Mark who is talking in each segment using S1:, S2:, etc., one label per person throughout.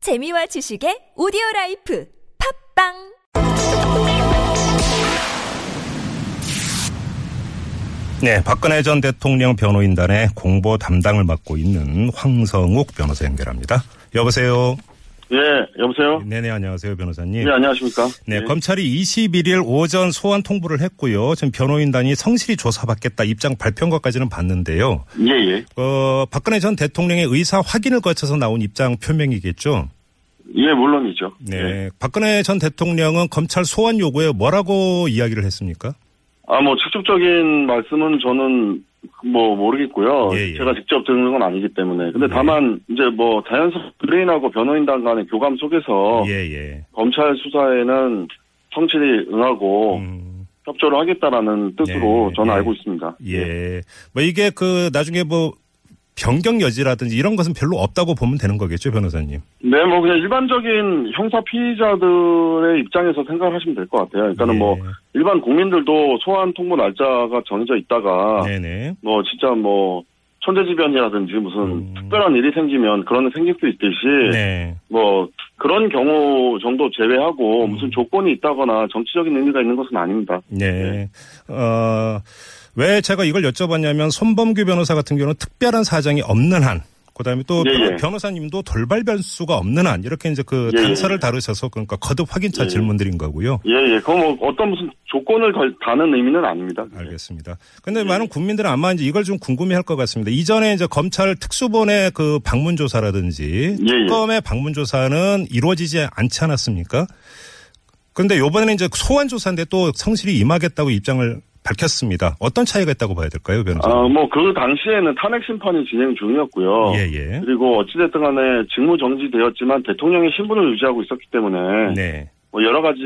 S1: 재미와 지식의 오디오 라이프 팝빵
S2: 네, 박근혜 전 대통령 변호인단의 공보 담당을 맡고 있는 황성욱 변호사 연결합니다. 여보세요.
S3: 예, 여보세요?
S2: 네네, 안녕하세요, 변호사님.
S3: 네, 안녕하십니까?
S2: 네,
S3: 예.
S2: 검찰이 21일 오전 소환 통보를 했고요. 지금 변호인단이 성실히 조사받겠다 입장 발표한 것까지는 봤는데요.
S3: 예, 예.
S2: 어, 박근혜 전 대통령의 의사 확인을 거쳐서 나온 입장 표명이겠죠.
S3: 예, 물론이죠.
S2: 네,
S3: 예.
S2: 박근혜 전 대통령은 검찰 소환 요구에 뭐라고 이야기를 했습니까?
S3: 아, 뭐, 직접적인 말씀은 저는 뭐, 모르겠고요.
S2: 예, 네. 예.
S3: 제가 직접 들은 건 아니기 때문에. 근데 다만, 이제 뭐, 자연스럽게 의뢰인하고 변호인단 간의 교감 속에서
S2: 예, 예.
S3: 검찰 수사에는 성실히 응하고
S2: 음.
S3: 협조를 하겠다라는 뜻으로
S2: 예,
S3: 저는
S2: 예.
S3: 알고 있습니다.
S2: 예. 뭐 이게 그 나중에 뭐 변경 여지라든지 이런 것은 별로 없다고 보면 되는 거겠죠, 변호사님.
S3: 네, 뭐 그냥 일반적인 형사 피의자들의 입장에서 생각하시면 될 것 같아요. 그러니까는
S2: 예.
S3: 뭐 일반 국민들도 소환 통보 날짜가 정해져 있다가
S2: 네네.
S3: 뭐 진짜 뭐 천재지변이라든지 무슨
S2: 음.
S3: 특별한 일이 생기면 그런 일 생길 수 있듯이
S2: 네.
S3: 뭐 그런 경우 정도
S2: 음.
S3: 제외하고 무슨 조건이 있다거나 정치적인 의미가 있는 것은 아닙니다.
S2: 네. 어, 왜 제가 이걸 여쭤봤냐면 손범규 변호사 같은 경우는 특별한 사정이 없는 한, 그다음에 또
S3: 예,
S2: 변-
S3: 예.
S2: 변호사님도 돌발 변수가 없는 한 이렇게 이제 그
S3: 예, 예.
S2: 단서를 다루셔서 그러니까 거듭 확인차
S3: 예.
S2: 질문드린 거고요.
S3: 예, 예. 그건 뭐 어떤 무슨 조건을 걸- 다는 의미는 아닙니다.
S2: 알겠습니다. 근데 많은 국민들은 아마 이제 이걸 좀 궁금해 할 것 같습니다. 이전에 이제 검찰 특수본의 그 방문조사라든지
S3: 예, 예.
S2: 특검의 방문조사는 이루어지지 않지 않았습니까? 근데 요번에는 이제 소환조사인데 또 성실히 임하겠다고 입장을 밝혔습니다. 어떤 차이가 있다고 봐야 될까요, 변호사님?
S3: 아, 뭐 그 당시에는 탄핵 심판이 진행 중이었고요.
S2: 예, 예.
S3: 그리고 어찌됐든 간에 직무 정지되었지만 대통령의 신분을 유지하고 있었기 때문에
S2: 네.
S3: 뭐 여러 가지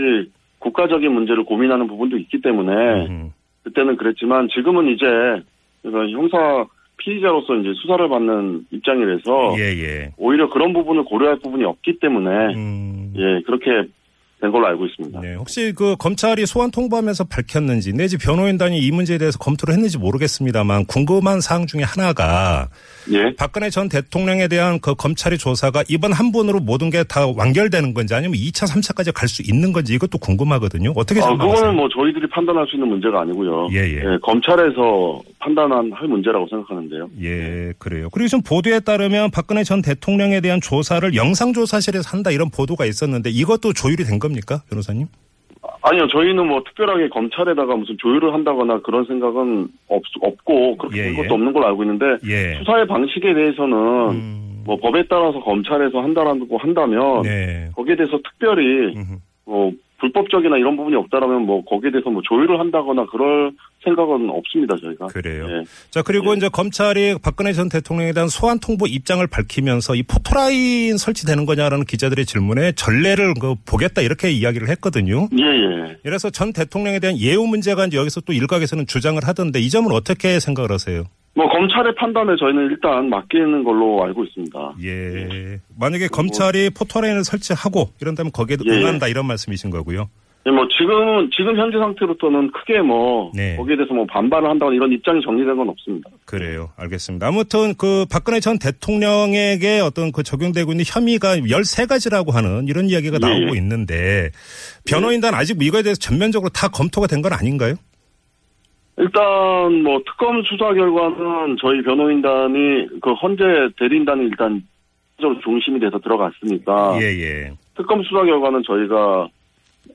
S3: 국가적인 문제를 고민하는 부분도 있기 때문에
S2: 음.
S3: 그때는 그랬지만 지금은 이제 이런 형사 피의자로서 이제 수사를 받는 입장이라서
S2: 예, 예.
S3: 오히려 그런 부분을 고려할 부분이 없기 때문에
S2: 음.
S3: 예 그렇게 된 걸로 알고 있습니다.
S2: 네, 혹시 그 검찰이 소환 통보하면서 밝혔는지 내지 변호인단이 이 문제에 대해서 검토를 했는지 모르겠습니다만 궁금한 사항 중에 하나가
S3: 예.
S2: 박근혜 전 대통령에 대한 그 검찰의 조사가 이번 한 번으로 모든 게 다 완결되는 건지 아니면 2차, 3차까지 갈 수 있는 건지 이것도 궁금하거든요. 어떻게
S3: 아,
S2: 생각하세요?
S3: 그거는 뭐 저희들이 판단할 수 있는 문제가 아니고요.
S2: 예, 예.
S3: 검찰에서 판단한 할 문제라고 생각하는데요.
S2: 예, 그래요. 그리고 지금 보도에 따르면 박근혜 전 대통령에 대한 조사를 영상조사실에서 한다 이런 보도가 있었는데 이것도 조율이 된 겁니까, 변호사님?
S3: 아니요, 저희는 뭐 특별하게 검찰에다가 무슨 조율을 한다거나 그런 생각은 없, 없고 그렇게
S2: 예,
S3: 된 것도
S2: 예.
S3: 없는 걸로 알고 있는데
S2: 예.
S3: 수사의 방식에 대해서는
S2: 음,
S3: 뭐 법에 따라서 검찰에서 한다라고 한다면
S2: 네.
S3: 거기에 대해서 특별히
S2: 음흠.
S3: 뭐 불법적이나 이런 부분이 없다라면 뭐 거기에 대해서 뭐 조율을 한다거나 그럴 생각은 없습니다 저희가.
S2: 그래요.
S3: 예.
S2: 자, 그리고 이제 검찰이 박근혜 전 대통령에 대한 소환 통보 입장을 밝히면서 이 포토라인 설치되는 거냐라는 기자들의 질문에 전례를 그 보겠다 이렇게 이야기를 했거든요.
S3: 예, 예.
S2: 이래서 전 대통령에 대한 예우 문제가 이제 여기서 또 일각에서는 주장을 하던데 이 점은 어떻게 생각을 하세요?
S3: 뭐 검찰의 판단에 저희는 일단 맡기는 걸로 알고 있습니다.
S2: 예. 만약에 검찰이 포토라인을 설치하고 이런다면 거기에
S3: 뭐 예.
S2: 응한다 이런 말씀이신 거고요.
S3: 예, 뭐 지금 지금 현재 상태로서는 크게 뭐
S2: 네.
S3: 거기에 대해서 뭐 반발을 한다거나 이런 입장이 정리된 건 없습니다.
S2: 그래요. 알겠습니다. 아무튼 그 박근혜 전 대통령에게 어떤 그 적용되고 있는 혐의가 13가지라고 하는 이런 이야기가
S3: 예.
S2: 나오고 있는데 변호인단 아직 뭐 이거에 대해서 전면적으로 다 검토가 된 건 아닌가요?
S3: 일단 뭐 특검 수사 결과는 저희 변호인단이 그 헌재 대리인단이 일단 적으로 중심이 돼서 들어갔으니까
S2: 예, 예.
S3: 특검 수사 결과는 저희가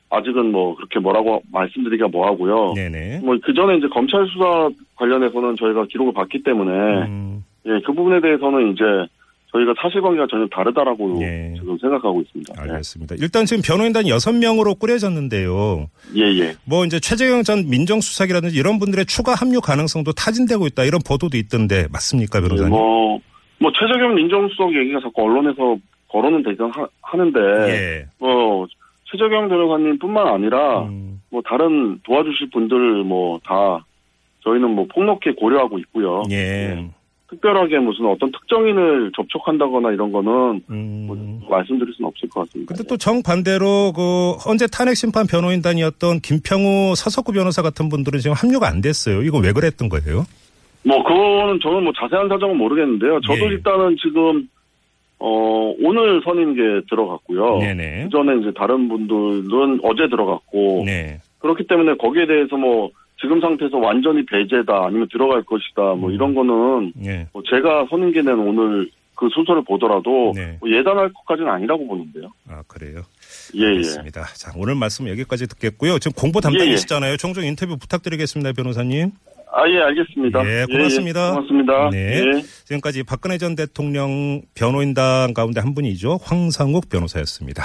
S3: 아직은 뭐 그렇게 뭐라고 말씀드리기가 뭐하고요.
S2: 네네.
S3: 뭐 그 전에 이제 검찰 수사 관련해서는 저희가 기록을 봤기 때문에
S2: 음,
S3: 예, 그 부분에 대해서는 이제 저희가 사실관계가 전혀 다르다라고
S2: 예.
S3: 지금 생각하고 있습니다. 예.
S2: 알겠습니다. 일단 지금 변호인단 6명으로 꾸려졌는데요.
S3: 예, 예.
S2: 뭐 이제 최재형 전 민정수석이라든지 이런 분들의 추가 합류 가능성도 타진되고 있다 이런 보도도 있던데 맞습니까 변호사님?
S3: 뭐, 뭐 최저경 민정수석 얘기가 자꾸 언론에서 거론은 되긴 하, 하는데,
S2: 예.
S3: 뭐 최저경 변호사님뿐만 아니라
S2: 음,
S3: 뭐 다른 도와주실 분들 뭐 다 저희는 뭐 폭넓게 고려하고 있고요. 네.
S2: 예.
S3: 특별하게 무슨 어떤 특정인을 접촉한다거나 이런 거는 뭐
S2: 음.
S3: 말씀드릴 수는 없을 것 같습니다.
S2: 근데 또 정반대로 그 언제 탄핵 심판 변호인단이었던 김평우 서석구 변호사 같은 분들은 지금 합류가 안 됐어요. 이거 왜 그랬던 거예요?
S3: 뭐 그거는 저는 뭐 자세한 사정은 모르겠는데요. 저도
S2: 예.
S3: 일단은 지금 어, 오늘 선임계 들어갔고요.
S2: 네네.
S3: 그전에 이제 다른 분들은 어제 들어갔고
S2: 네.
S3: 그렇기 때문에 거기에 대해서 뭐 지금 상태에서 완전히 배제다 아니면 들어갈 것이다 뭐 이런 거는
S2: 예.
S3: 뭐 제가 선임계 낸 오늘 그 순서를 보더라도
S2: 네.
S3: 뭐 예단할 것까지는 아니라고 보는데요.
S2: 아, 그래요.
S3: 예예. 예,
S2: 알겠습니다. 자, 오늘 말씀 여기까지 듣겠고요. 지금 공보 담당이시잖아요. 종종 인터뷰 부탁드리겠습니다, 변호사님.
S3: 아 예 알겠습니다.
S2: 예, 고맙습니다.
S3: 예, 예. 고맙습니다.
S2: 네.
S3: 예.
S2: 지금까지 박근혜 전 대통령 변호인단 가운데 한 분이죠. 황상욱 변호사였습니다.